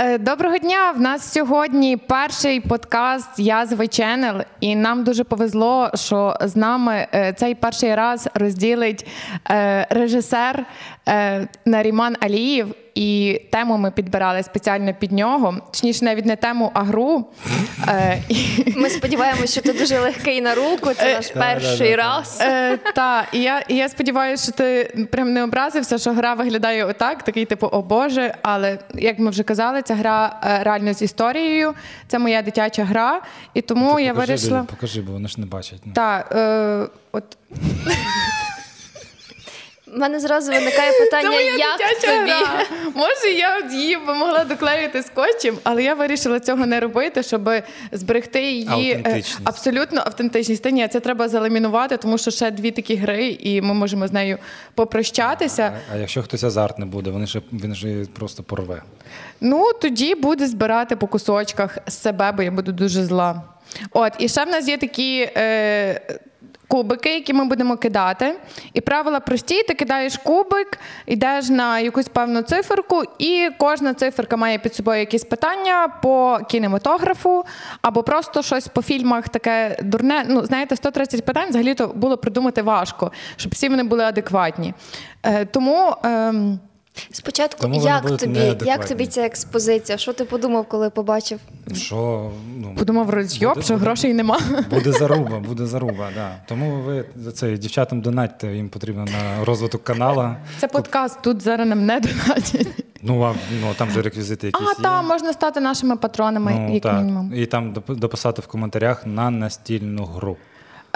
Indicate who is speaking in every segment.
Speaker 1: Е, Доброго дня! В нас сьогодні перший подкаст Язви Ченел, і нам дуже повезло, що з нами е, цей перший раз розділить е, режисер е, Наріман Алієв. І тему ми підбирали спеціально під нього, точніше, навіть не тему, а гру. Е, і-
Speaker 2: Ми сподіваємося, що ти дуже легкий на руку. Це наш перший раз.
Speaker 1: Е, та, і я, і я сподіваюся, що ти прям не образився, що гра виглядає отак, такий типу, о Боже. Але як ми вже казали, ця гра е, реально з історією. Це моя дитяча гра. І тому Ну, я
Speaker 3: Ну, Покажи
Speaker 1: вирішила.
Speaker 3: людям, покажи, бо вони ж не бачать. Ну.
Speaker 1: Та, е, от,
Speaker 2: У мене зразу виникає питання, як тобі?
Speaker 1: гра. Може, я от її б могла доклеїти скотчем, але я вирішила цього не робити, щоб зберегти її е,
Speaker 3: Аутентичність.
Speaker 1: абсолютно автентичність. Та ні, це треба заламінувати, тому що ще дві такі гри, і ми можемо з нею попрощатися.
Speaker 3: А, а якщо хтось азарт не буде, вони ж, він ж її просто порве.
Speaker 1: Ну, тоді буде збирати по кусочках з себе, бо я буду дуже зла. От, і ще в нас є такі е, кубики, які ми будемо кидати. І правила прості: ти кидаєш кубик, йдеш на якусь певну циферку, і кожна циферка має під собою якісь питання по кінематографу або просто щось по фільмах таке дурне. Ну, знаєте, 130 питань взагалі то було придумати важко, щоб всі вони були адекватні. Е, тому. ем,
Speaker 2: Спочатку,
Speaker 3: Тому вони
Speaker 2: як
Speaker 3: будуть
Speaker 2: тобі,
Speaker 3: неадекватні.
Speaker 2: як тобі ця експозиція? Що ти подумав, коли побачив?
Speaker 3: Що ну,
Speaker 1: Подумав розйоб,
Speaker 3: буде-
Speaker 1: що
Speaker 3: буде-
Speaker 1: грошей нема.
Speaker 3: Буде заруба, буде заруба, да. Тому ви за це дівчатам донатьте, їм потрібно на розвиток канала.
Speaker 1: Це подкаст, тут зараз нам не донатять.
Speaker 3: Ну, а ну, там же реквізити якісь.
Speaker 1: А, та,
Speaker 3: є.
Speaker 1: можна стати нашими патронами,
Speaker 3: ну,
Speaker 1: як
Speaker 3: так.
Speaker 1: мінімум.
Speaker 3: І там доп- дописати в коментарях на настільну гру.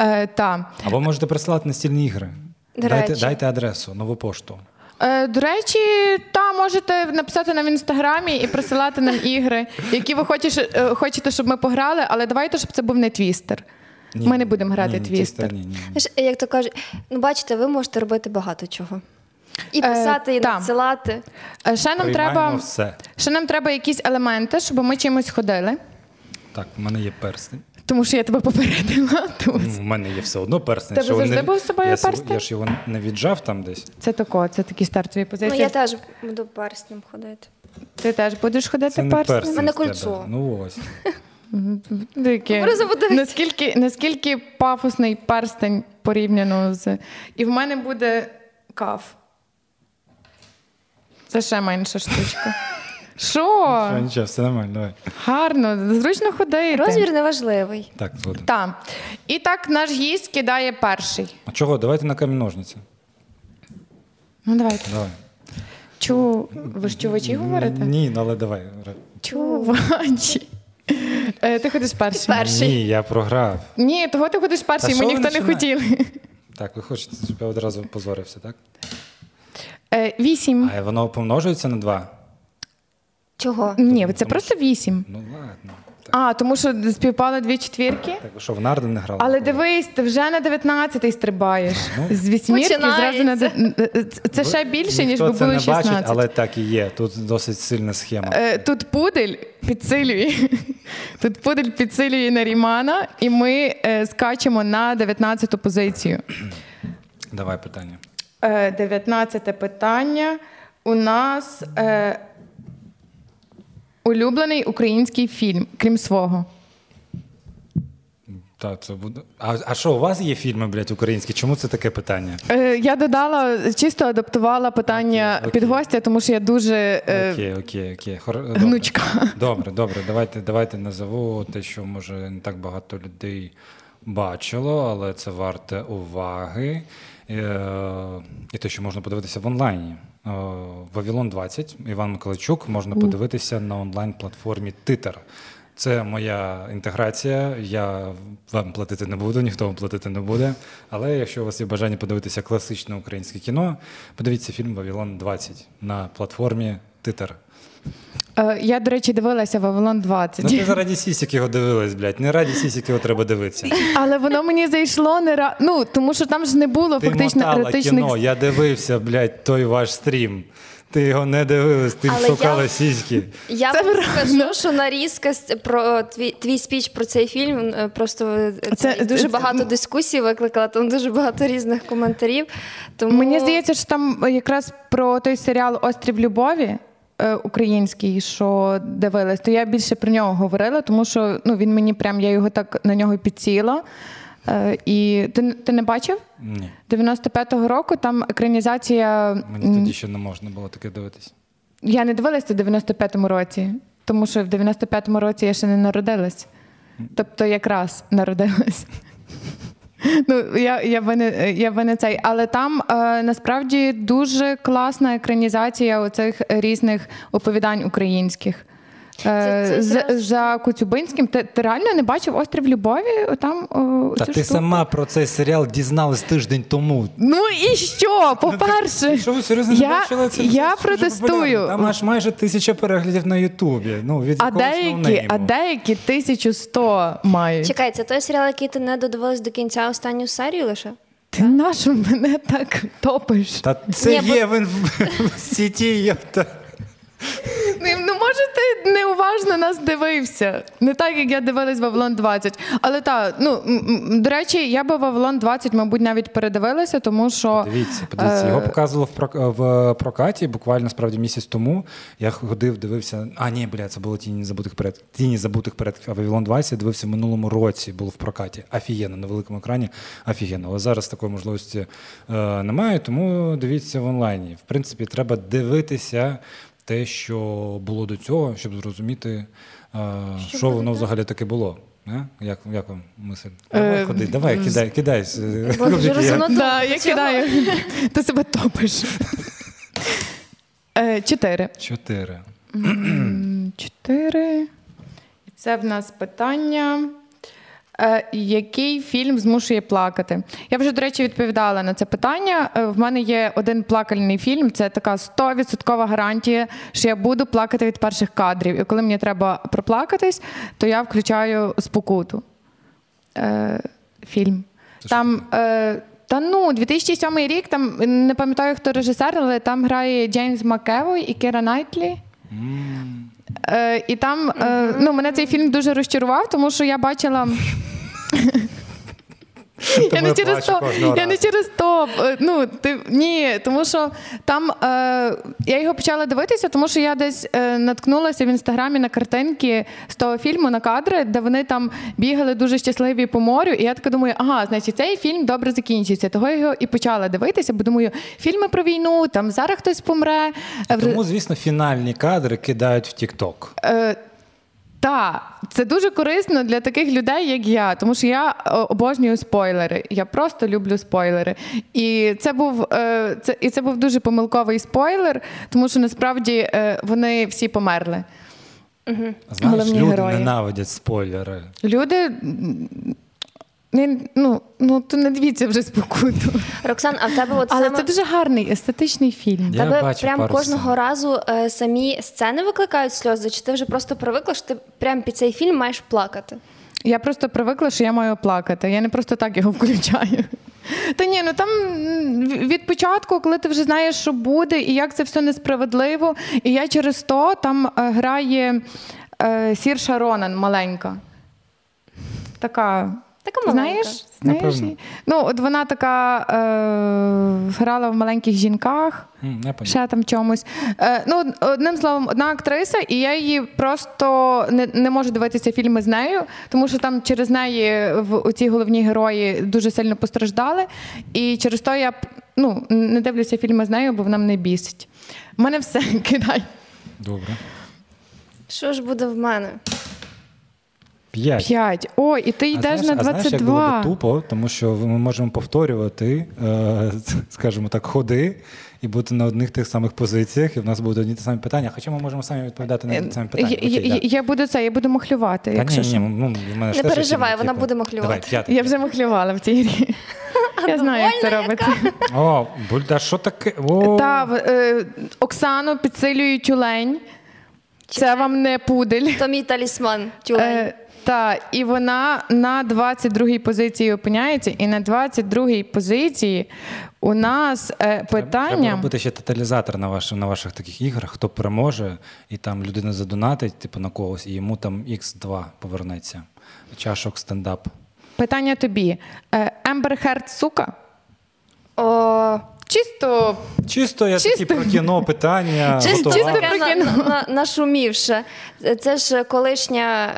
Speaker 1: Е, та.
Speaker 3: Або можете присилати настільні ігри.
Speaker 2: До
Speaker 3: дайте,
Speaker 2: речі.
Speaker 3: дайте адресу, нову пошту.
Speaker 1: Е, до речі, та можете написати нам в інстаграмі і присилати нам ігри, які ви хочеш, е, хочете, щоб ми пограли, але давайте, щоб це був не твістер.
Speaker 3: Ні,
Speaker 1: Ми не будемо грати
Speaker 3: ні, ні,
Speaker 1: твістер.
Speaker 3: Ні, ні, ні.
Speaker 2: Знаєш, Як то кажуть, ну бачите, ви можете робити багато чого. І
Speaker 1: Е,
Speaker 2: писати, і
Speaker 1: та.
Speaker 2: надсилати.
Speaker 1: Е, ще нам
Speaker 3: Приймаємо
Speaker 1: треба
Speaker 3: все.
Speaker 1: ще нам треба якісь елементи, щоб ми чимось ходили.
Speaker 3: Так, в мене є перстень.
Speaker 1: Тому що я тебе попередила. Тому
Speaker 3: У Ну, мене є все одно перстень.
Speaker 1: Тебе
Speaker 3: що вони-
Speaker 1: завжди був з собою
Speaker 3: я, св-
Speaker 1: перстень?
Speaker 3: Я ж його не віджав там десь.
Speaker 1: Це тако, це такі стартові
Speaker 2: Ну
Speaker 1: позиції.
Speaker 2: я теж буду перснем ходити.
Speaker 1: Ти теж будеш ходити
Speaker 3: Це не
Speaker 1: перстень?
Speaker 3: перстень.
Speaker 2: У мене
Speaker 3: з тебе.
Speaker 2: кольцо.
Speaker 3: Ну ось.
Speaker 1: Дикі.
Speaker 2: Просто подивись.
Speaker 1: Наскільки, наскільки пафосний перстень порівняно з. І в мене буде каф. Це ще менша штучка.
Speaker 3: Що,
Speaker 1: Що?
Speaker 3: нічого, все нормально, давай.
Speaker 1: Гарно, зручно ходити.
Speaker 2: Розмір неважливий.
Speaker 3: Так, згоден.
Speaker 1: Так. І так наш гість кидає перший.
Speaker 3: А чого? Давайте на камінь ножниці.
Speaker 1: Ну давайте.
Speaker 3: Давай.
Speaker 1: Чу. Ви ж чувачі говорите?
Speaker 3: Ні, ну, але давай.
Speaker 1: Чувачі. Е, ти ходиш перший.
Speaker 2: Перший.
Speaker 3: Ні, я програв.
Speaker 1: Ні, того ти ходиш перший,
Speaker 3: Та
Speaker 1: ми
Speaker 3: що ви
Speaker 1: ніхто не
Speaker 3: починаєте?
Speaker 1: хотіли.
Speaker 3: Так, ви хочете, щоб я одразу позорився, так?
Speaker 1: Е, вісім.
Speaker 3: А воно помножується на два?
Speaker 2: Чого?
Speaker 1: Ні, це
Speaker 3: Тому
Speaker 1: просто вісім.
Speaker 3: Ну ладно. Так,
Speaker 1: А, тому що співпали дві четвірки.
Speaker 3: так ви що, в нарды не грали?
Speaker 1: Але дивись, ти вже на 19-й стрибаєш.
Speaker 3: Ну.
Speaker 1: З вісьмірки зразу на
Speaker 2: Починається.
Speaker 1: де- це ще більше, ніж би
Speaker 3: Ніхто це
Speaker 1: було
Speaker 3: не бачить,
Speaker 1: 16.
Speaker 3: але так і є. Тут досить сильна схема.
Speaker 1: Е, Тут пудель підсилює. Тут пудель підсилює Нарімана, і ми е, скачемо на 19-ту позицію.
Speaker 3: Давай питання.
Speaker 1: Е, 19 питання. У нас е, улюблений український фільм, крім свого.
Speaker 3: Та, це буде. А, а що, у вас є фільми, блядь, українські? Чому це таке питання?
Speaker 1: Е, Я додала чисто адаптувала питання
Speaker 3: Окей, окей.
Speaker 1: під гостя, тому що я дуже е,
Speaker 3: Окей, окей, окей. Хор... Ну, добре.
Speaker 1: гнучка.
Speaker 3: Добре, добре. Давайте, давайте назову те, що може не так багато людей бачило, але це варте уваги. Е, І те, що можна подивитися в онлайні. Е, Вавилон 20, Іван Миколайчук, можна подивитися на онлайн-платформі Титер. Це моя інтеграція. Я вам платити не буду, ніхто вам платити не буде. Але якщо у вас є бажання подивитися класичне українське кіно, подивіться фільм Вавилон 20 на платформі Титер.
Speaker 1: Е, Я, до речі, дивилася Вавилон
Speaker 3: Ну
Speaker 1: 20.
Speaker 3: ти зараді сісік його дивилась, блядь. Не раді сісік його треба дивитися.
Speaker 1: Але воно мені зайшло не ра... ну, тому що там ж не було
Speaker 3: Ти
Speaker 1: фактично
Speaker 3: мотала
Speaker 1: еротичних.
Speaker 3: кіно, я дивився, блядь, той ваш стрім. Ти його не дивилась, ти
Speaker 2: Але
Speaker 3: шукала
Speaker 2: я-
Speaker 3: сіськи.
Speaker 2: Я
Speaker 1: Це ну.
Speaker 2: вам
Speaker 1: правда.
Speaker 2: скажу, що нарізка з- про твій, твій спіч про цей фільм е, просто е, це,
Speaker 1: Це-
Speaker 2: дуже
Speaker 1: це-
Speaker 2: багато дискусій викликала, там дуже багато різних коментарів. Тому
Speaker 1: Мені здається, що там якраз про той серіал Острів Любові. е, е, український, що дивилась, то я більше про нього говорила, тому що ну, він мені прям, я його так на нього підсіла. Е, І ти, ти не бачив?
Speaker 3: Ні.
Speaker 1: 95-го року там екранізація.
Speaker 3: Мені
Speaker 1: м,
Speaker 3: тоді ще не можна було таке дивитись.
Speaker 1: Я не дивилася це в 95-му році, тому що в 95-му році я ще не народилась. Тобто якраз народилась. Ну, я, я, вини, я вини цей. Але там е, насправді дуже класна екранізація оцих різних оповідань українських. Е,
Speaker 2: Це- це
Speaker 1: за,
Speaker 2: якраз-
Speaker 1: за Коцюбинським. Ти, ти реально не бачив острів Любові? Отам, о,
Speaker 3: Та
Speaker 1: цю
Speaker 3: ти
Speaker 1: штуку?
Speaker 3: сама про цей серіал дізналась тиждень тому.
Speaker 1: Ну і що? По-перше,
Speaker 3: Що ви серйозно
Speaker 1: я,
Speaker 3: не бачили? Це
Speaker 1: я
Speaker 3: дуже
Speaker 1: протестую.
Speaker 3: популярно. Там аж майже тисяча переглядів на Ютубі. Ну, від
Speaker 1: А
Speaker 3: якогось
Speaker 1: деякі,
Speaker 3: ноунейму.
Speaker 1: а деякі 1100 мають.
Speaker 2: Чекай, це той серіал, який ти не додивилась до кінця останню серію лише?
Speaker 1: Ти на що мене так топиш?
Speaker 3: Та це
Speaker 2: Ні, бо-
Speaker 3: є в, інф- в сіті. Є, та...
Speaker 1: Ну, ну, може, ти неуважно нас дивився. Не так, як я дивилась Вавилон 20. Але та, ну, м, м, до речі, я би Вавилон 20, мабуть, навіть передивилася, тому що.
Speaker 3: Дивіться, подивіться, його
Speaker 1: е,
Speaker 3: показувало в, прок- в прокаті буквально справді місяць тому. Я ходив, дивився. А, ні, бля, це було тіні забутих перед тіні забутих перед Вавилон 20, дивився в минулому році, було в прокаті. Афігенно, на великому екрані. Афігенно. Але зараз такої можливості е, немає, тому дивіться в онлайні. В принципі, треба дивитися те, що було до цього, щоб зрозуміти, е, що, воно взагалі таке було. Е? Як, як вам мисль? Давай,
Speaker 1: Е,
Speaker 3: ходи, давай, кидай, кидай. е,
Speaker 2: Бо дуже
Speaker 3: я-
Speaker 2: розумно-
Speaker 1: Да, я кидаю. Ти себе топиш. Е, Чотири.
Speaker 3: Чотири.
Speaker 1: М, Чотири. І Це в нас питання. Е, Який фільм змушує плакати? Я вже, до речі, відповідала на це питання. Е, В мене є один плакальний фільм. Це така 100% гарантія, що я буду плакати від перших кадрів. І коли мені треба проплакатись, то я включаю спокуту. Е, фільм.
Speaker 3: Це що
Speaker 1: там. Е, та ну, 2007 рік, там не пам'ятаю, хто режисер, але там грає Джеймс Макевой і Кіра Найтлі.
Speaker 3: М.
Speaker 1: Е, і там е, ну, мене цей фільм дуже розчарував, тому що я бачила. Я
Speaker 3: Тому
Speaker 1: не,
Speaker 3: я
Speaker 1: через
Speaker 3: плачу
Speaker 1: то,
Speaker 3: кожного
Speaker 1: я не
Speaker 3: разу.
Speaker 1: через то. е, Ну, ти, ні, тому що там е, я його почала дивитися, тому що я десь е, наткнулася в інстаграмі на картинки з того фільму на кадри, де вони там бігали дуже щасливі по морю. І я така думаю, ага, значить, цей фільм добре закінчиться. Того я його і почала дивитися, бо думаю, фільми про війну, там зараз хтось помре. Е, в-
Speaker 3: Тому, звісно, фінальні кадри кидають в Тік-Ток.
Speaker 1: Е, та, це дуже корисно для таких людей, як я, тому що я е, обожнюю спойлери. Я просто люблю спойлери. І це був е, це, і це був дуже помилковий спойлер, тому що насправді е, вони всі померли.
Speaker 3: Знаєш,
Speaker 1: Головні
Speaker 3: люди
Speaker 1: герої.
Speaker 3: ненавидять спойлери.
Speaker 1: Люди. м, Не, ну, ну, то не дивіться вже спокуту.
Speaker 2: Роксан, а в тебе от
Speaker 1: Але
Speaker 2: саме...
Speaker 1: це дуже гарний естетичний фільм.
Speaker 3: Я
Speaker 2: Тебе
Speaker 3: бачив
Speaker 2: прям
Speaker 3: пару
Speaker 2: кожного
Speaker 3: сцен.
Speaker 2: разу е, самі сцени викликають сльози, чи ти вже просто привикла, що ти прям під цей фільм маєш плакати?
Speaker 1: Я просто привикла, що я маю плакати. Я не просто так його включаю. Та ні, ну там м, від початку, коли ти вже знаєш, що буде, і як це все несправедливо. І я через то там е, грає е, Сір Шаронан маленька. Така.
Speaker 2: Така маленька.
Speaker 1: Знаєш? Знаєш?
Speaker 3: Напевно.
Speaker 1: її? Ну, от вона така е, грала в маленьких жінках.
Speaker 3: М, Я пам'ятаю.
Speaker 1: Ще там чомусь. Е, ну, од- одним словом, одна актриса, і я її просто не, не можу дивитися фільми з нею, тому що там через неї в ці головні герої дуже сильно постраждали. І через то я п- ну, не дивлюся фільми з нею, бо вона мене бісить. В Мене все кидай.
Speaker 3: Добре.
Speaker 2: Що ж буде в мене?
Speaker 3: П'ять.
Speaker 1: П'ять. О, і ти йдеш
Speaker 3: а
Speaker 1: на
Speaker 3: знаєш, А знаєш, як
Speaker 1: 22.
Speaker 3: було би тупо, тому що ми можемо повторювати, е, скажімо так, ходи і бути на одних тих самих позиціях, і в нас будуть одні ті самі питання, хоча ми можемо самі відповідати на ті самі питання.
Speaker 1: Е, Я-
Speaker 3: Окей,
Speaker 1: я,
Speaker 3: да.
Speaker 1: я буду це, я буду махлювати.
Speaker 3: Та ні,
Speaker 1: якщо
Speaker 3: ні,
Speaker 1: що.
Speaker 3: ну, в мене ж
Speaker 2: Не
Speaker 3: теж є
Speaker 2: переживай,
Speaker 3: фільми,
Speaker 2: вона
Speaker 3: типу.
Speaker 2: буде махлювати.
Speaker 3: Давай, п'ятий.
Speaker 1: Я вже махлювала в цій грі. Я знаю, як це
Speaker 2: Довольна
Speaker 1: робити.
Speaker 3: О, буль, а що таке? О,
Speaker 1: Та в- е, Оксану підсилює тюлень. Це вам не пудель.
Speaker 2: То мій талісман. Тюлень.
Speaker 1: Е, та, і вона на 22-й позиції опиняється, і на 22-й позиції у нас е,
Speaker 3: Треба
Speaker 1: питання.
Speaker 3: робити ще тоталізатор на, ваш, на ваших таких іграх, хто переможе, і там людина задонатить, типу, на когось, і йому там X2 повернеться. Чашок стендап.
Speaker 1: Питання тобі. Е, Ембер Херт, сука.
Speaker 2: О,
Speaker 1: Чисто
Speaker 3: Чисто я
Speaker 1: Чисто.
Speaker 3: такі про кіно питання.
Speaker 2: Чисто
Speaker 3: готував.
Speaker 2: таке на,
Speaker 1: Прикинь.
Speaker 2: на, на- нашумівше. Це ж колишня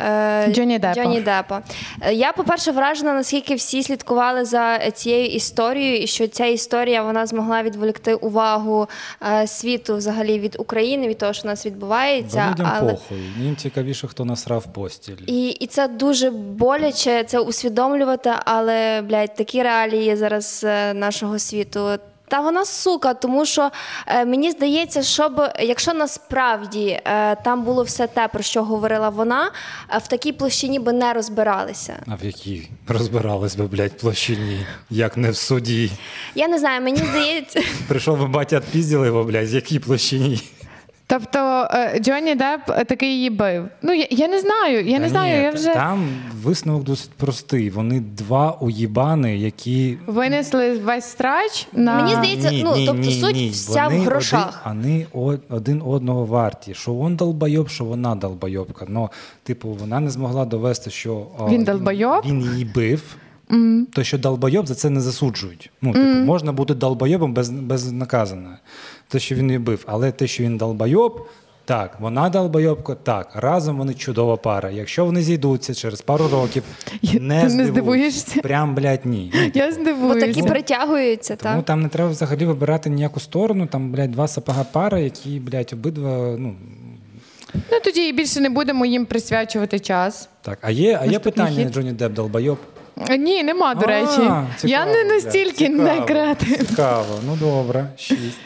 Speaker 2: е,
Speaker 1: Джонні Деппа.
Speaker 2: Джонні Деппа. Е, Я, по-перше, вражена, наскільки всі слідкували за е, цією історією, і що ця історія вона змогла відволікти увагу е, світу взагалі від України, від того, що у нас
Speaker 3: Бо
Speaker 2: відбувається.
Speaker 3: людям похуй. Їм цікавіше, хто насрав постіль.
Speaker 2: І, і це дуже боляче це усвідомлювати, але блядь, такі реалії зараз е, нашого світу. Та вона сука, тому що е, мені здається, щоб якщо насправді е, там було все те, про що говорила вона, е, в такій площині би не розбиралися.
Speaker 3: А в якій розбирались би, блядь, площині, як не в суді.
Speaker 2: Я не знаю, мені здається,
Speaker 3: Прийшов би батя, пізділи його, блядь, з якій площині.
Speaker 1: Тобто е, Джонні Депп е, таки її бив. Ну я, я не знаю, я
Speaker 3: Та
Speaker 1: не знаю,
Speaker 3: ні,
Speaker 1: я
Speaker 3: та-
Speaker 1: вже
Speaker 3: Там висновок досить простий. Вони два уїбани, які.
Speaker 1: винесли весь страч на
Speaker 2: Мені здається- Дивіться, ну, тобто суть вся в
Speaker 3: Вони
Speaker 2: грошах.
Speaker 3: Один, вони о- один одного варті. Що він долбайоб, що вона долбайобка. Ну, типу, вона не змогла довести, що а,
Speaker 1: Він долбайоб?
Speaker 3: Він її бив. То, що долбайоб, за це не засуджують. Ну, типу, можна бути долбайобом без, безнаказано. Те, що він її бив. Але те, що він долбайоб, так, вона долбайобка, так. Разом вони чудова пара. Якщо вони зійдуться через пару років,
Speaker 1: Я-
Speaker 3: не,
Speaker 1: ти не
Speaker 3: здивуюсь.
Speaker 1: здивуєшся?
Speaker 3: Прям, блядь, ні.
Speaker 1: я
Speaker 2: бо
Speaker 1: здивуюся.
Speaker 2: такі притягуються.
Speaker 3: Тому
Speaker 2: Та.
Speaker 3: там не треба взагалі вибирати ніяку сторону. Там, блядь, два сапога пара, які, блядь, обидва. Ну
Speaker 1: Ну тоді і більше не будемо їм присвячувати час.
Speaker 3: так. А є, а є
Speaker 1: Наступний
Speaker 3: питання
Speaker 1: хід.
Speaker 3: Джонні Деп долбайоб?
Speaker 1: Е, Ні, нема, до
Speaker 3: А,
Speaker 1: речі. я
Speaker 3: цікаво,
Speaker 1: не
Speaker 3: блядь,
Speaker 1: настільки
Speaker 3: цікаво,
Speaker 1: не креатив.
Speaker 3: Цікаво. Ну добре. Шість.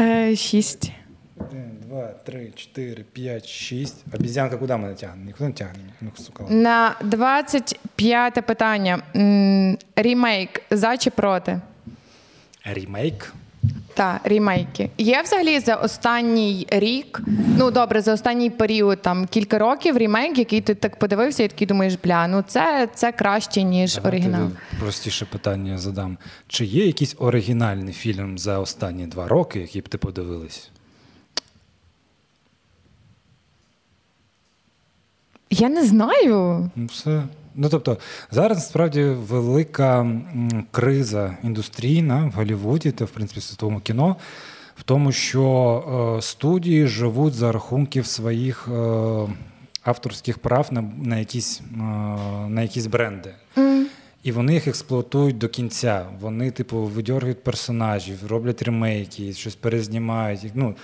Speaker 1: Е, шість.
Speaker 3: Один, два, три, чотири, п'ять, шість. Обізянка куди мене тягне? Нікуди не тягне. Ну, сука. ладно.
Speaker 1: На 25 питання. М, Рімейк за чи проти?
Speaker 3: Рімейк.
Speaker 1: Та, рімейки. Є взагалі за останній рік, ну добре, за останній період, там кілька років рімейк, який ти так подивився, і такий думаєш, бля, ну це, це краще, ніж
Speaker 3: Давайте
Speaker 1: оригінал.
Speaker 3: Простіше питання задам. Чи є якийсь оригінальний фільм за останні два роки, який б ти подивились?
Speaker 1: Я не знаю.
Speaker 3: Ну, Все. Ну тобто зараз справді велика м, криза індустрійна в Голлівуді та в принципі в світовому кіно. В тому, що е, студії живуть за рахунків своїх е, авторських прав на, на, якісь, е, на якісь бренди. І вони їх експлуатують до кінця. Вони, типу, видьоргують персонажів, роблять ремейки, щось перезнімають. Ну,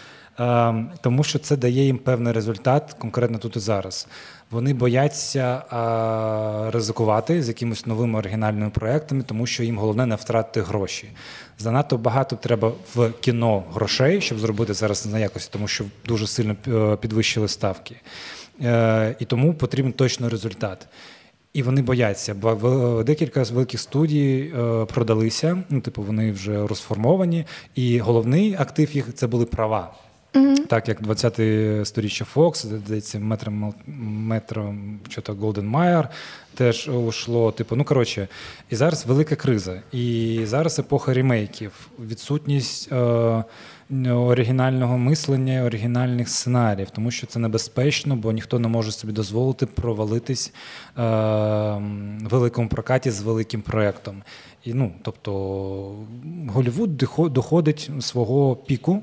Speaker 3: е, тому що це дає їм певний результат конкретно тут і зараз. Вони бояться е, ризикувати з якимись новими оригінальними проектами, тому що їм головне не втратити гроші. Занадто багато треба в кіно грошей, щоб зробити зараз на якості, тому що дуже сильно е, підвищили ставки. Е, і тому потрібен точно результат. І вони бояться, бо в- е, декілька з великих студій е, продалися. Ну, типу, вони вже розформовані, і головний актив їх це були права. Так як 20-те сторіччя Fox, здається, метро, Мал- метро що то Golden Mayer теж ушло. Типу, ну коротше, і зараз велика криза. І зараз епоха ремейків, відсутність е, оригінального мислення, оригінальних сценаріїв, тому що це небезпечно, бо ніхто не може собі дозволити провалитись е, м, в великому прокаті з великим проєктом. І ну, тобто, Голівуд дихо- доходить свого піку.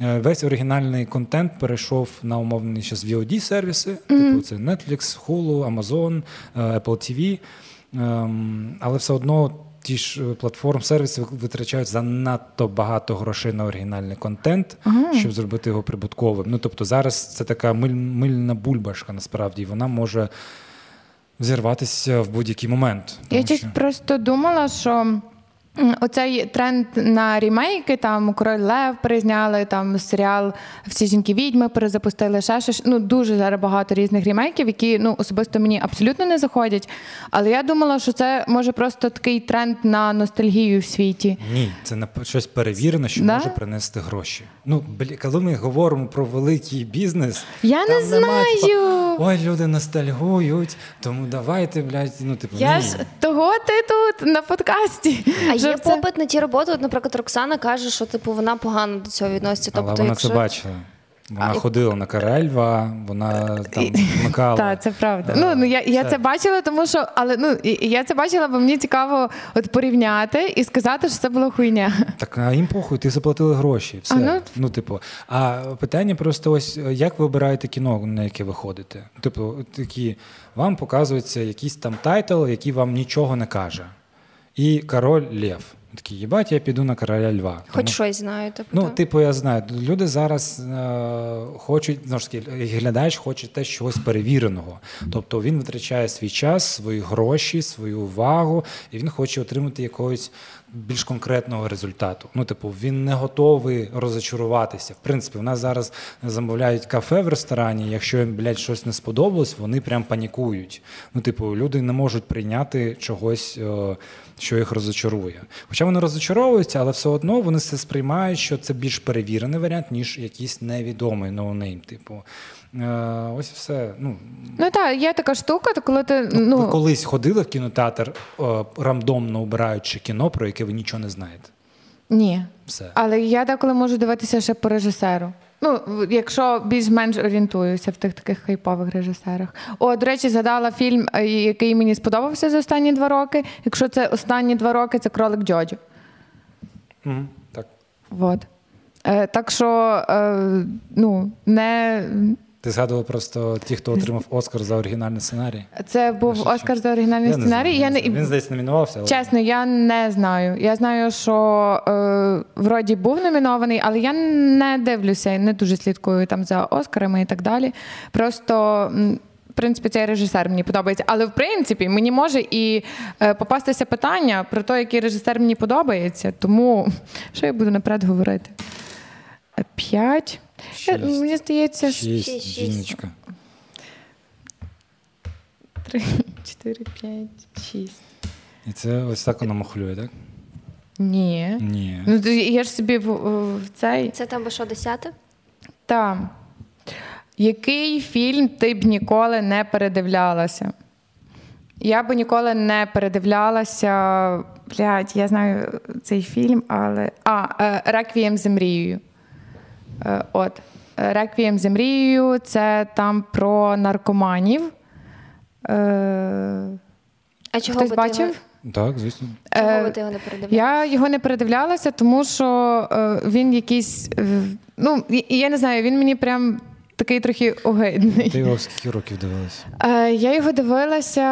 Speaker 3: Е, Весь оригінальний контент перейшов на умовні зараз VOD-сервіси, типу це Netflix, Hulu, Amazon, е, Apple TV. Ем, Але все одно ті ж е, платформ-сервіси витрачають занадто багато грошей на оригінальний контент, щоб зробити його прибутковим. Ну тобто зараз це така миль- мильна бульбашка, насправді, і вона може зірватися в будь-який момент.
Speaker 1: Я
Speaker 3: Тому
Speaker 1: щось
Speaker 3: що-
Speaker 1: просто думала, що м, оцей тренд на рімейки, там Король Лев перезняли, там серіал Всі жінки відьми перезапустили ще щось. Ну дуже зараз багато різних рімейків, які ну особисто мені абсолютно не заходять. Але я думала, що це може просто такий тренд на ностальгію в світі.
Speaker 3: Ні, це не п- щось перевірене, що
Speaker 1: Да?
Speaker 3: може принести гроші. Ну, блі, коли ми говоримо про великий бізнес,
Speaker 1: Я не
Speaker 3: там нема, типу,
Speaker 1: знаю.
Speaker 3: Ой, люди ностальгують, тому давайте, блядь, ну типу,
Speaker 1: Я
Speaker 3: ні.
Speaker 1: ж того ти тут на подкасті.
Speaker 2: А є
Speaker 1: Щоб це-
Speaker 2: попит на ті роботи. От, наприклад, Роксана каже, що типу вона погано до цього відноситься.
Speaker 3: Але
Speaker 2: тобто,
Speaker 3: вона
Speaker 2: якщо...
Speaker 3: це бачила. Вона ходила на Карельва,
Speaker 1: Е,
Speaker 3: вона там вмикала.
Speaker 1: Так, це правда. Ну, ну я, я це бачила, тому що але ну і- і я це бачила, бо мені цікаво от порівняти і сказати, що це була хуйня.
Speaker 3: Так а їм похуй, ти заплатили гроші. Все.
Speaker 1: А, ну-
Speaker 3: ну... типу, а питання просто ось як ви обираєте кіно, на яке ви ходите? Типу, такі вам показується якийсь там тайтл, який вам нічого не каже. І король Лев. Такі, їбать, я піду на короля льва.
Speaker 2: Хоч
Speaker 3: Тому-
Speaker 2: щось знаю. Типу,
Speaker 3: Ну,
Speaker 2: так.
Speaker 3: типу, я знаю, люди зараз е, хочуть, знову ж таки, глядач хоче те чогось перевіреного. Тобто він витрачає свій час, свої гроші, свою увагу, і він хоче отримати якогось більш конкретного результату. Ну, типу, він не готовий розочаруватися. В принципі, в нас зараз замовляють кафе в ресторані. Якщо їм блядь, щось не сподобалось, вони прям панікують. Ну, типу, люди не можуть прийняти чогось, е, що їх розочарує. Хоча вони розочаровуються, але все одно вони це сприймають, що це більш перевірений варіант, ніж якийсь невідомий ноунейм. Типу, е, ось і все. Ну,
Speaker 1: Ну так, є така штука, то коли ти
Speaker 3: ви
Speaker 1: ну
Speaker 3: колись ходили в кінотеатр, е, рандомно обираючи кіно, про яке ви нічого не знаєте.
Speaker 1: ні.
Speaker 3: Все.
Speaker 1: Але я деколи можу дивитися ще по режисеру. Ну, в- якщо більш-менш орієнтуюся в тих таких хайпових режисерах. О, до речі, згадала фільм, е, який мені сподобався за останні два роки. Якщо це останні два роки, це кролик Джоджо.
Speaker 3: Мгм, Так.
Speaker 1: Вот. Е, так що, е, ну, не...
Speaker 3: Ти згадував просто ті, хто отримав Оскар за оригінальний сценарій.
Speaker 1: це був Оскар за оригінальний
Speaker 3: не
Speaker 1: сценарій. я
Speaker 3: знаю,
Speaker 1: не,
Speaker 3: знаю. Він здається номінувався, але
Speaker 1: Чесно, я не знаю. Я знаю, що е, вроді був номінований, але я не дивлюся, не дуже слідкую там за Оскарами і так далі. Просто. м, В принципі, цей режисер мені подобається. Але в принципі мені може і е, попастися питання про те, який режисер мені подобається. Тому що я буду наперед говорити? Е, П'ять. Я-
Speaker 3: Шість.
Speaker 1: Мені здається, що
Speaker 3: шість,
Speaker 2: Шість, шість.
Speaker 3: жіночка.
Speaker 1: три, чотири, п'ять, шість.
Speaker 3: І це ось так воно махлює, так?
Speaker 1: Ні.
Speaker 3: Ні.
Speaker 1: Ну то я ж собі в, в цей.
Speaker 2: Це там би що, десяте?
Speaker 1: Та. Який фільм ти б ніколи не передивлялася? Я би ніколи не передивлялася. Блядь, я знаю цей фільм, але. А, е, Реквієм за мрією. Е, От. Е, Реквієм за мрією це там про наркоманів. Е,
Speaker 2: А чого
Speaker 1: Хтось
Speaker 2: би Ти його...
Speaker 1: бачив?
Speaker 3: Так, звісно.
Speaker 2: Чого
Speaker 1: Е,
Speaker 2: би ти його не передивляв?
Speaker 1: я його не передивлялася, тому що е, він якийсь. е, ну, і- і я не знаю, він мені прям такий трохи
Speaker 3: Ти
Speaker 1: огидний.
Speaker 3: його скільки років дивилась?
Speaker 1: Е, я його дивилася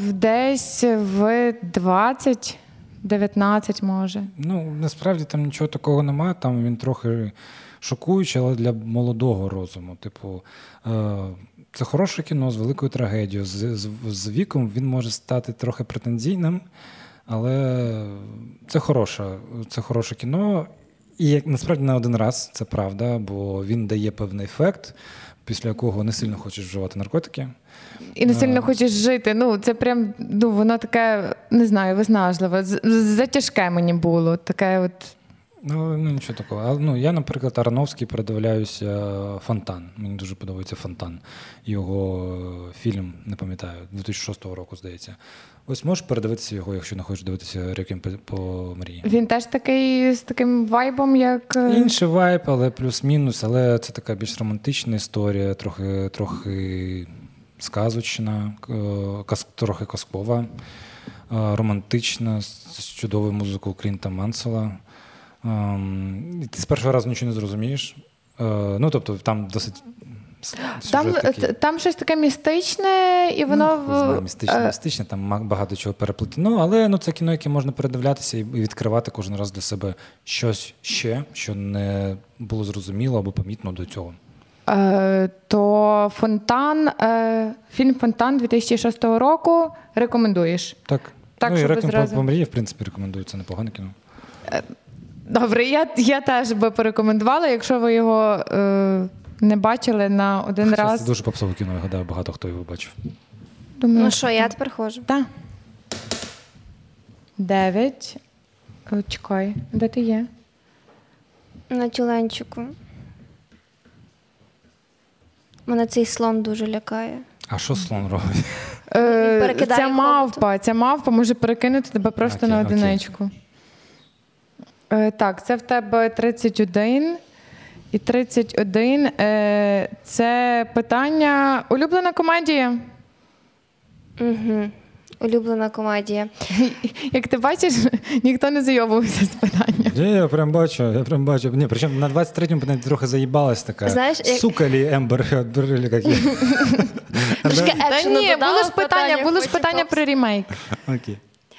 Speaker 1: в десь в 20, 19, може.
Speaker 3: Ну, насправді там нічого такого немає, там він трохи шокуючий, але для молодого розуму. Типу, е, це хороше кіно з великою трагедією. З, з, з віком він може стати трохи претензійним, але це хороше, це хороше кіно. І як насправді не один раз, це правда, бо він дає певний ефект, після якого не сильно хочеш вживати наркотики.
Speaker 1: І не сильно
Speaker 3: Да.
Speaker 1: хочеш жити. Ну, це прям, ну, воно таке, не знаю, виснажливе. З- з- Затяжке мені було. Таке от.
Speaker 3: Ну, ну нічого такого. Але ну я, наприклад, Ароновський передивляюся е, фонтан. Мені дуже подобається фонтан. Його е, фільм, не пам'ятаю, 2006 року, здається. Ось можеш передивитися його, якщо не хочеш дивитися «Реквієм по- по мрії.
Speaker 1: Він теж такий з таким вайбом, як. е,
Speaker 3: Інший вайб, але плюс-мінус, але це така більш романтична історія, трохи, трохи сказочна, е, кас- трохи казкова, е, романтична, з з чудовою музикою Клінта Мансела. Ем, і Ти з першого разу нічого не зрозумієш. Е, Ну, тобто, там досить. с-
Speaker 1: Там,
Speaker 3: сюжет такий.
Speaker 1: е, там щось таке містичне, і воно
Speaker 3: Ну, хуй знає,
Speaker 1: в-
Speaker 3: містичне,
Speaker 1: е,
Speaker 3: містичне, там ма- багато чого переплетено, але ну, це кіно, яке можна передивлятися і і відкривати кожен раз для себе щось ще, що не було зрозуміло або помітно до цього.
Speaker 1: Е, то фонтан, е, фільм Фонтан 2006 року рекомендуєш.
Speaker 3: Так.
Speaker 1: Так,
Speaker 3: ну, і
Speaker 1: щоб
Speaker 3: «Реквієм по-
Speaker 1: зразу.
Speaker 3: по мрії, в принципі, рекомендую, це непогане кіно.
Speaker 1: Добре, я, я теж би порекомендувала, якщо ви його е, не бачили на один
Speaker 3: Хоча
Speaker 1: раз.
Speaker 3: Це дуже попсове кіно, я гадаю, багато хто його бачив.
Speaker 1: Думаю,
Speaker 2: Ну що, я тепер ходжу.
Speaker 1: та. Дев'ять. О, Чекай, де ти є?
Speaker 2: На тюленчику. Мене цей слон дуже лякає.
Speaker 3: А що слон робить?
Speaker 1: Е,
Speaker 2: перекидає
Speaker 1: ця
Speaker 2: кого-то.
Speaker 1: мавпа, ця мавпа може перекинути тебе просто
Speaker 3: Окей,
Speaker 1: на
Speaker 3: окей.
Speaker 1: одиничку. Е, так, це в тебе 31. І 31 е, це питання улюблена комедія.
Speaker 2: Угу. Улюблена комедія.
Speaker 1: Як ти бачиш, ніхто не зайовувався з питання.
Speaker 3: Ні, я прям бачу, я прям бачу. Ні, причому на 23-му мене трохи заїбалась така.
Speaker 2: Знаєш, як-
Speaker 3: Сука лі Ембер Хёрд, брилі, як я.
Speaker 2: Трошки
Speaker 1: Та
Speaker 2: екшену
Speaker 1: ні,
Speaker 2: додала
Speaker 1: були ж
Speaker 2: в
Speaker 1: е, ну, питання, були ж
Speaker 2: хочу
Speaker 1: питання
Speaker 2: попс.
Speaker 1: про рімейк.
Speaker 3: Окей.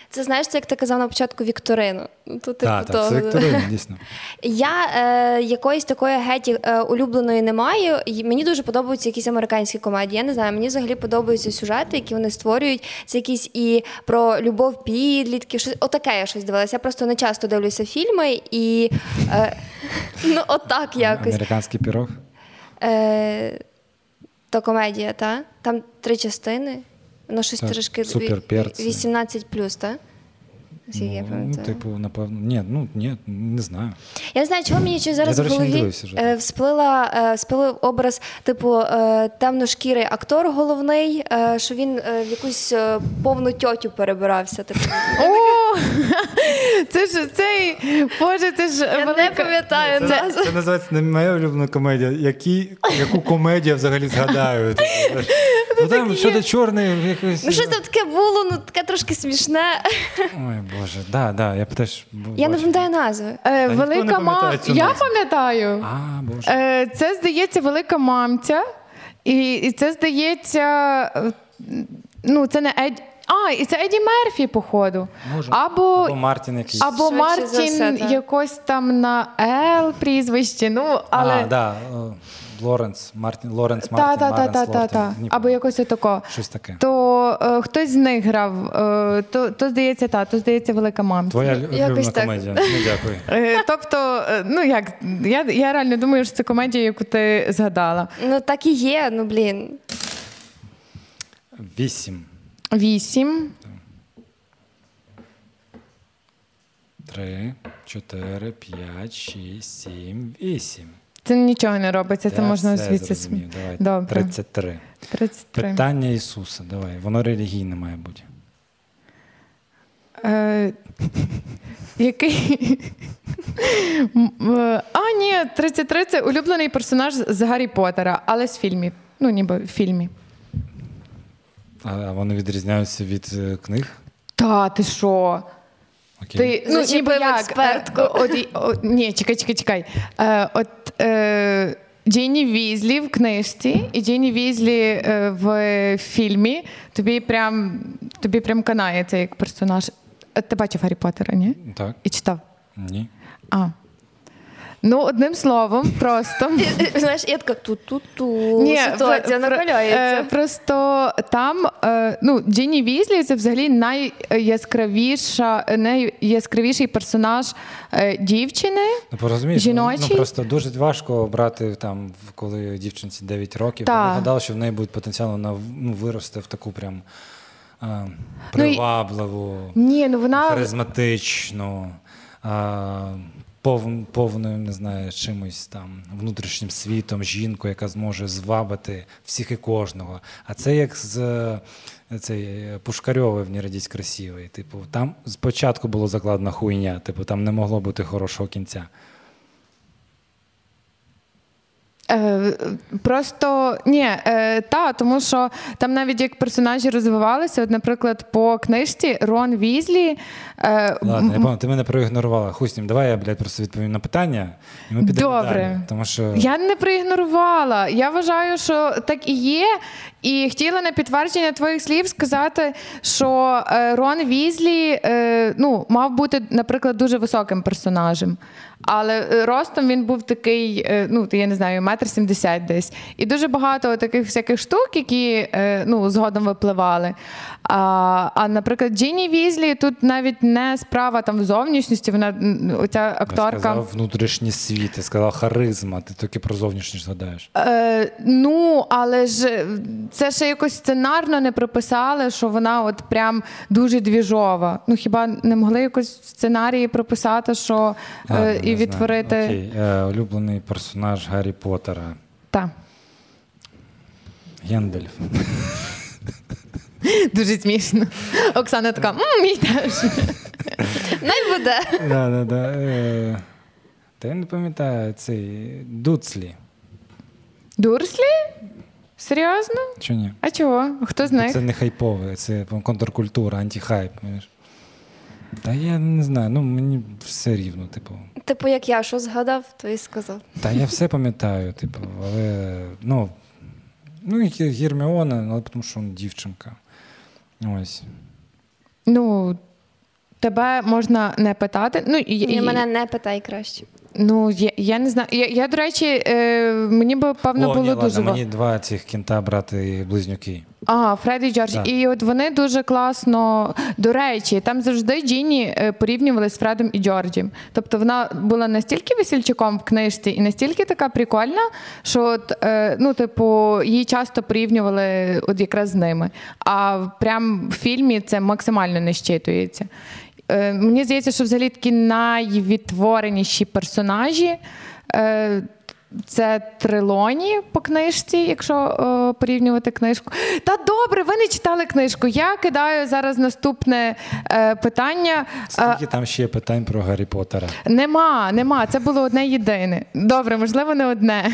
Speaker 2: Це знаєш, це як ти казав на початку Вікторину. Ну, то, типу,
Speaker 3: Так, так,
Speaker 2: того.
Speaker 3: це Вікторина, дійсно.
Speaker 2: Я е, якоїсь такої геті е, улюбленої не маю. І Мені дуже подобаються якісь американські комедії. Я не знаю, мені взагалі подобаються сюжети, які вони створюють. Це якісь і про любов підлітків. Щось отаке я щось дивилася. Я просто не часто дивлюся фільми і е, ну отак якось.
Speaker 3: Американський пірог.
Speaker 2: Е, то комедія, та? Там три частини. Воно щось
Speaker 3: Так,
Speaker 2: трішки
Speaker 3: «Суперперці».
Speaker 2: 18 плюс, так? Наскільки я
Speaker 3: Ну,
Speaker 2: пам'ятаю.
Speaker 3: типу, напевно. Ні, ну ні, не знаю.
Speaker 2: Я не знаю, чого мені чи зараз
Speaker 3: Я, до
Speaker 2: в
Speaker 3: речі, не
Speaker 2: голові
Speaker 3: дивився жодного.
Speaker 2: е, всплила, е, всплив образ, типу, е, темношкірий актор головний, е, що він е, в якусь е, повну тьотю перебирався. Типу.
Speaker 1: О, це ж цей, боже, це ж
Speaker 2: Я не
Speaker 1: велика- е,
Speaker 2: пам'ятаю
Speaker 3: Це,
Speaker 2: назву.
Speaker 3: це називається не моя улюблена комедія. Які, яку комедію взагалі згадаю? Типу, знаєш. Ну там щодо чорної якоїсь.
Speaker 2: Ну, щось там таке було, ну таке трошки смішне.
Speaker 3: Ой, Боже, да, да, я б теж. б-
Speaker 2: Я не
Speaker 3: бачив.
Speaker 2: пам'ятаю назви.
Speaker 1: Е,
Speaker 3: Та ніхто не
Speaker 1: велика мам.
Speaker 3: пам'ятає цю
Speaker 1: Я
Speaker 3: назву.
Speaker 1: пам'ятаю.
Speaker 3: А, Боже.
Speaker 1: Е, Це здається велика мамця, і, і це здається. е, Ну, це не Еді. А, і це Еді Мерфі, походу.
Speaker 3: Може.
Speaker 1: Або,
Speaker 3: Або Мартін якийсь.
Speaker 1: або
Speaker 2: Швидше за
Speaker 1: Мартін
Speaker 2: все, так.
Speaker 1: якось там на Л прізвище. Ну, але...
Speaker 3: А, да, е, Лоренс, Мартін, Лоренс,
Speaker 1: Та,
Speaker 3: Мартін,
Speaker 1: та, та,
Speaker 3: Лоренс,
Speaker 1: та, та,
Speaker 3: Лортон.
Speaker 1: та.
Speaker 3: Ні,
Speaker 1: Або якось отако.
Speaker 3: Щось таке.
Speaker 1: То е, хтось з них грав, е, то, то здається, та, то здається, велика мамця.
Speaker 3: Твоя лю- улюблена
Speaker 2: так.
Speaker 3: комедія. Ну, дякую.
Speaker 1: Е, тобто, е, ну як, я, я реально думаю, що це комедія, яку ти згадала.
Speaker 2: Ну так і є, ну блін.
Speaker 3: Вісім,
Speaker 1: Вісім.
Speaker 3: три, чотири, п'ять, шість, сім, вісім.
Speaker 1: Це нічого не робиться, це
Speaker 3: Я
Speaker 1: можна
Speaker 3: все
Speaker 1: звідси.
Speaker 3: зрозумів. Давай.
Speaker 1: Добре.
Speaker 3: 33.
Speaker 1: 33.
Speaker 3: Питання Ісуса, давай. Воно релігійне має бути.
Speaker 1: Е, який. М, е, А, ні, 33 це улюблений персонаж з Гаррі Поттера, але з фільмів. Ну, ніби в фільмі.
Speaker 3: А, а вони відрізняються від е, книг?
Speaker 1: Та, ти що?
Speaker 3: Окей.
Speaker 1: Ти ну,
Speaker 2: Зачепив
Speaker 1: ніби як,
Speaker 2: експертку.
Speaker 1: е, От, і- о, ні, чекай, чекай, чекай. Е, от е, Джейні Візлі в книжці і Джейні Візлі е, в фільмі. Тобі прям тобі прям канає цей як персонаж. Е, Ти бачив Гаррі Поттера, ні?
Speaker 3: Так?
Speaker 1: І читав.
Speaker 3: Ні.
Speaker 1: А. Ну, одним словом, просто.
Speaker 2: Знаєш, я така ту-ту-ту.
Speaker 1: Ні,
Speaker 2: Ситуація
Speaker 1: про- про- е,
Speaker 2: накаляється.
Speaker 1: Просто там е, ну, Дженні Візлі це взагалі найяскравіша, найяскравіший персонаж е, дівчини.
Speaker 3: Ну, порозумієш,
Speaker 1: Жіночий?
Speaker 3: ну, ну, просто дуже важко брати там, в- коли дівчинці 9 років,
Speaker 1: Та.
Speaker 3: вона гадала, що в неї буде потенціал, вона ну, виросте в таку прям а,
Speaker 1: Ну, і-
Speaker 3: привабливу,
Speaker 1: Ні, ну вона
Speaker 3: харизматичну, а, пов, повною, не знаю, чимось там внутрішнім світом, жінку, яка зможе звабити всіх і кожного. А це як з е, цей е, Пушкарьовий в «Не радіть красивий. Типу, там спочатку було закладена хуйня, типу, там не могло бути хорошого кінця.
Speaker 1: е, просто ні, е, та, тому що там навіть як персонажі розвивалися, от, наприклад, по книжці Рон Візлі. Е,
Speaker 3: Ладно, я пам'ятаю, ти мене проігнорувала. Хуй з ним, давай я, блядь, просто відповім на питання, і ми підемо
Speaker 1: Добре.
Speaker 3: далі. Тому що
Speaker 1: Я не проігнорувала. Я вважаю, що так і є. І хотіла на підтвердження твоїх слів сказати, що е, Рон Візлі е, ну, мав бути, наприклад, дуже високим персонажем. Але е, ростом він був такий, е, ну я не знаю, метр сімдесят десь. І дуже багато таких всяких штук, які е, ну, згодом випливали. А, а наприклад, Джині Візлі тут навіть не справа там в зовнішності, вона м, оця
Speaker 3: Я
Speaker 1: акторка.
Speaker 3: сказав внутрішній світ, ти сказав харизма, ти тільки про зовнішність згадаєш.
Speaker 1: Е, ну, але ж це ще якось сценарно не прописали, що вона от прям дуже двіжова. Ну хіба не могли якось в сценарії прописати, що е,
Speaker 3: Ладно, не
Speaker 1: і
Speaker 3: знаю.
Speaker 1: відтворити
Speaker 3: Окей. Е, улюблений персонаж Гаррі Поттера.
Speaker 1: та
Speaker 3: Гендальф.
Speaker 1: дуже смішно. Оксана така, «М, мій теж.
Speaker 2: Най буде.
Speaker 3: Да, да, да. Е, Та я не пам'ятаю цей Дуцлі.
Speaker 1: Дурслі? Серйозно?
Speaker 3: Чи ні?
Speaker 1: А чого? Хто з них?
Speaker 3: Це не хайпове, це по- контркультура, антихайп. Знаєш. Та я не знаю, ну мені все рівно, типу.
Speaker 2: Типу, як я що згадав, то і сказав.
Speaker 3: Та я все пам'ятаю, типу, але ну, ну і Гер- Герміона, але тому що вона дівчинка. Ось.
Speaker 1: Ну, тебе можна не питати. Ну, і,
Speaker 2: І
Speaker 1: і-
Speaker 2: мене не питай краще.
Speaker 1: ну я, я не знаю. Я, я до речі, е, мені би певно
Speaker 3: О,
Speaker 1: було
Speaker 3: ні,
Speaker 1: дуже.
Speaker 3: ладно,
Speaker 1: ва-
Speaker 3: мені два цих кінта брати близнюки.
Speaker 1: Ага, Фредді Джордж.
Speaker 3: Так.
Speaker 1: І от вони дуже класно. До речі, там завжди Джіні е, порівнювали з Фредом і Джорджем. Тобто вона була настільки весільчаком в книжці і настільки така прикольна, що от, е, ну, типу, її часто порівнювали от якраз з ними. А в- прям в фільмі це максимально не щитується. Е, Мені здається, що взагалі такі найвідтвореніші персонажі. е, це трилоні по книжці, якщо е, порівнювати книжку. Та добре, ви не читали книжку. Я кидаю зараз наступне е, питання. Е,
Speaker 3: Скільки там ще питань про Гаррі Поттера?
Speaker 1: нема, нема. Це було одне єдине. Добре, можливо, не одне.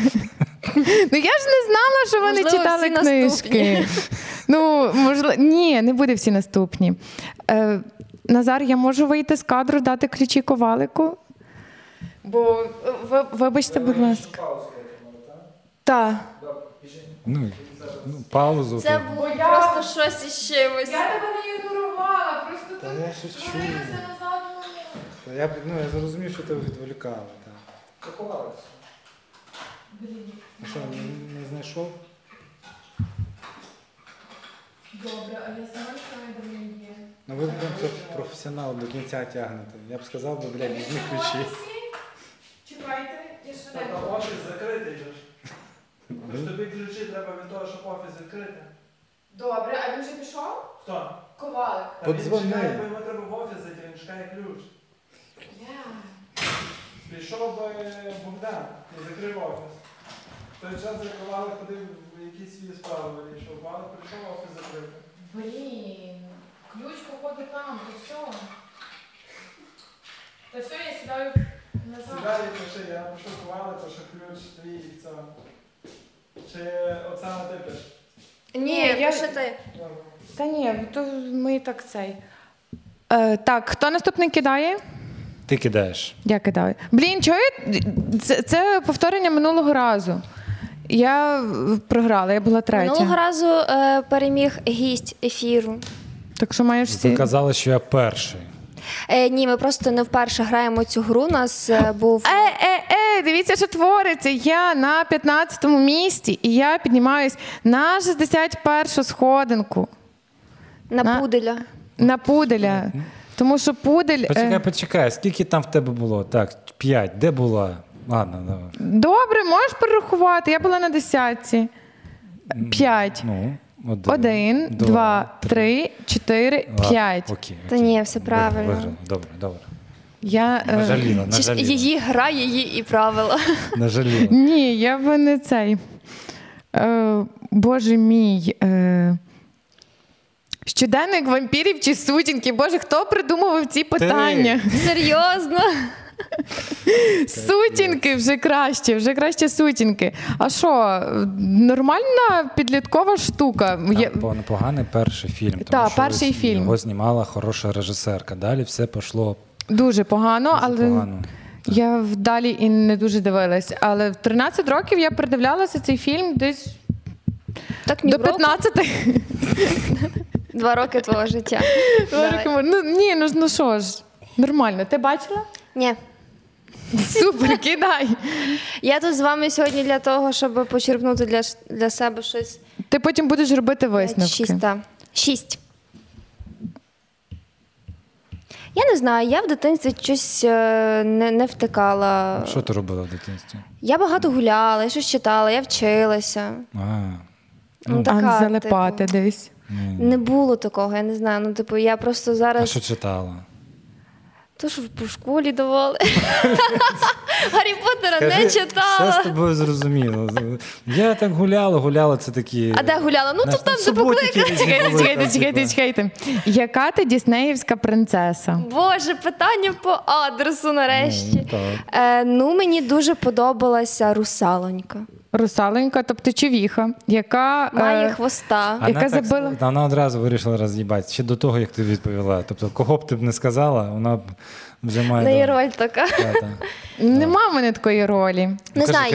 Speaker 1: Ну я ж не знала, що ви не
Speaker 2: Можливо,
Speaker 1: читали
Speaker 2: всі
Speaker 1: книжки.
Speaker 2: наступні.
Speaker 1: Ну, можливо, ні, не буде всі наступні. Е, Назар, я можу вийти з кадру, дати ключі ковалику? Бо е, ви- вибачте, будь ласка. Так.
Speaker 3: Ну, ну паузу.
Speaker 2: Це було просто щось із чимось.
Speaker 1: Я тебе не ігнорувала, просто
Speaker 4: Та
Speaker 1: тут
Speaker 4: я щось чую.
Speaker 1: дивилися назад. ну,
Speaker 4: Та я, б- ну, я зрозумів, що тебе відволікало. Так. А що, не, не знайшов?
Speaker 1: Добре, а я сама знаю, де мені є.
Speaker 4: Ну ви прям проф- професіонал до кінця тягнете. Я б сказав, би, блядь, візьми ключі.
Speaker 1: Чекайте, я ще
Speaker 5: Та офіс закритий же ж. Тож тобі ключі треба від того, щоб офіс відкрити.
Speaker 1: Добре, а він вже пішов?
Speaker 5: Хто?
Speaker 1: Ковалик.
Speaker 5: Та він
Speaker 4: Подзвони.
Speaker 5: чекає, бо йому треба в офіс зайти, він чекає ключ. Прийшов би е, Богдан і закрив офіс. В той час закривали, ходив в якісь свої справи вирішив. Богдан прийшов, офіс закрив.
Speaker 1: Блін, ключ походу там, то все. Та все, я сідаю назад.
Speaker 5: Сідає, пиши, я пошукували, то що ключ твій і це. Чи Оксана ти пиш?
Speaker 1: Ні,
Speaker 2: Ні,
Speaker 1: я-
Speaker 2: пиши ти.
Speaker 1: Та ні, то ми і так цей. Е, так, хто наступний кидає?
Speaker 3: Ти кидаєш.
Speaker 1: Я кидаю. Блін, чого я... це, це повторення минулого разу. Я е, програла, я була третя.
Speaker 2: Минулого разу е, переміг гість ефіру.
Speaker 1: Так що маєш
Speaker 3: Ви
Speaker 1: всі.
Speaker 3: казали, що я перший.
Speaker 2: Е, ні, ми просто не вперше граємо цю гру. У нас е, був
Speaker 1: Е, е, е, дивіться, що твориться. Я на 15-му місці, і я піднімаюсь на 61-шу сходинку на-
Speaker 2: на пуделя.
Speaker 1: на пуделя. Тому що пудель. е,
Speaker 3: Почекай, почекай, скільки там в тебе було? Так, п'ять. Де була? Ладно, давай.
Speaker 1: Добре, можеш перерахувати. Я була на десятці. П'ять.
Speaker 3: Ну, один,
Speaker 1: Один, два, три, чотири,
Speaker 3: Ладно,
Speaker 1: п'ять.
Speaker 3: Окей,
Speaker 2: Та
Speaker 3: окей.
Speaker 2: ні, все
Speaker 3: Ви-
Speaker 2: правильно.
Speaker 3: Виграли. Добре, добре.
Speaker 1: Я. е,
Speaker 3: Нажаліла,
Speaker 2: Чи ж
Speaker 3: нажаліла.
Speaker 2: її гра, її і правила.
Speaker 3: Нажаліла.
Speaker 1: Ні, я б не цей. Е, боже мій. Е, щоденник вампірів чи сутінки? Боже, хто придумував ці питання?
Speaker 2: Серйозно.
Speaker 1: Сутінки вже краще, вже краще сутінки. А що, нормальна підліткова штука? Я-
Speaker 3: Там пон- Поганий перший фільм. Тому
Speaker 1: Та,
Speaker 3: що
Speaker 1: перший
Speaker 3: ось
Speaker 1: фільм.
Speaker 3: Його знімала хороша режисерка. Далі все пішло
Speaker 1: Дуже погано,
Speaker 3: дуже
Speaker 1: Ну, але.
Speaker 3: погано.
Speaker 1: Я вдалі і не дуже дивилась, але в 13 років я передивлялася цей фільм десь
Speaker 2: Так ні
Speaker 1: до
Speaker 2: в року.
Speaker 1: 15
Speaker 2: Два роки твого життя. Давай.
Speaker 1: років. Ну ні, ну ж- ну що ж, нормально. Ти бачила?
Speaker 2: Ні.
Speaker 1: Супер, кидай.
Speaker 2: Я тут з вами сьогодні для того, щоб почерпнути для, ш- для себе щось.
Speaker 1: Ти потім будеш робити
Speaker 2: П'ять,
Speaker 1: висновки.
Speaker 2: Шість, так. Шість. Я не знаю, я в дитинстві щось е, не, не втикала.
Speaker 3: Що ти робила в дитинстві?
Speaker 2: Я багато гуляла, я щось читала, я вчилася.
Speaker 3: А,
Speaker 2: Ну,
Speaker 1: А
Speaker 2: така,
Speaker 1: залипати
Speaker 2: типу.
Speaker 1: десь.
Speaker 3: ні.
Speaker 2: Не було такого, я не знаю. Ну, типу, я просто
Speaker 3: А
Speaker 2: зараз
Speaker 3: що читала?
Speaker 2: то, що в школі давали. Гаррі Поттера
Speaker 3: Кажи,
Speaker 2: не
Speaker 3: Все з
Speaker 2: читала.
Speaker 3: тобою зрозуміло. Я так гуляла, гуляла, це такі.
Speaker 2: А де гуляла? Ну
Speaker 3: Знаєш,
Speaker 2: тут там де
Speaker 3: суботники
Speaker 2: покликали.
Speaker 3: різні
Speaker 1: Чекайте,
Speaker 3: були,
Speaker 1: чекайте,
Speaker 3: там, типу.
Speaker 1: чекайте,
Speaker 3: типа.
Speaker 1: чекайте. Яка ти діснеївська принцеса?
Speaker 2: Боже, питання по адресу нарешті.
Speaker 3: Ну, так.
Speaker 2: Е, ну, мені дуже подобалася русалонька.
Speaker 1: Русаленька, тобто човіха, яка е,
Speaker 2: Має хвоста.
Speaker 1: яка
Speaker 3: Вона так-
Speaker 1: забила?
Speaker 3: Вона одразу вирішила роз'їбати, ще до того, як ти відповіла. Тобто, кого б ти б не сказала, вона б вже
Speaker 2: В
Speaker 3: має.
Speaker 2: неї
Speaker 3: до-
Speaker 2: роль така.
Speaker 3: Та, та.
Speaker 1: нема в мене такої ролі.
Speaker 2: Не
Speaker 3: кажи,
Speaker 2: знаю,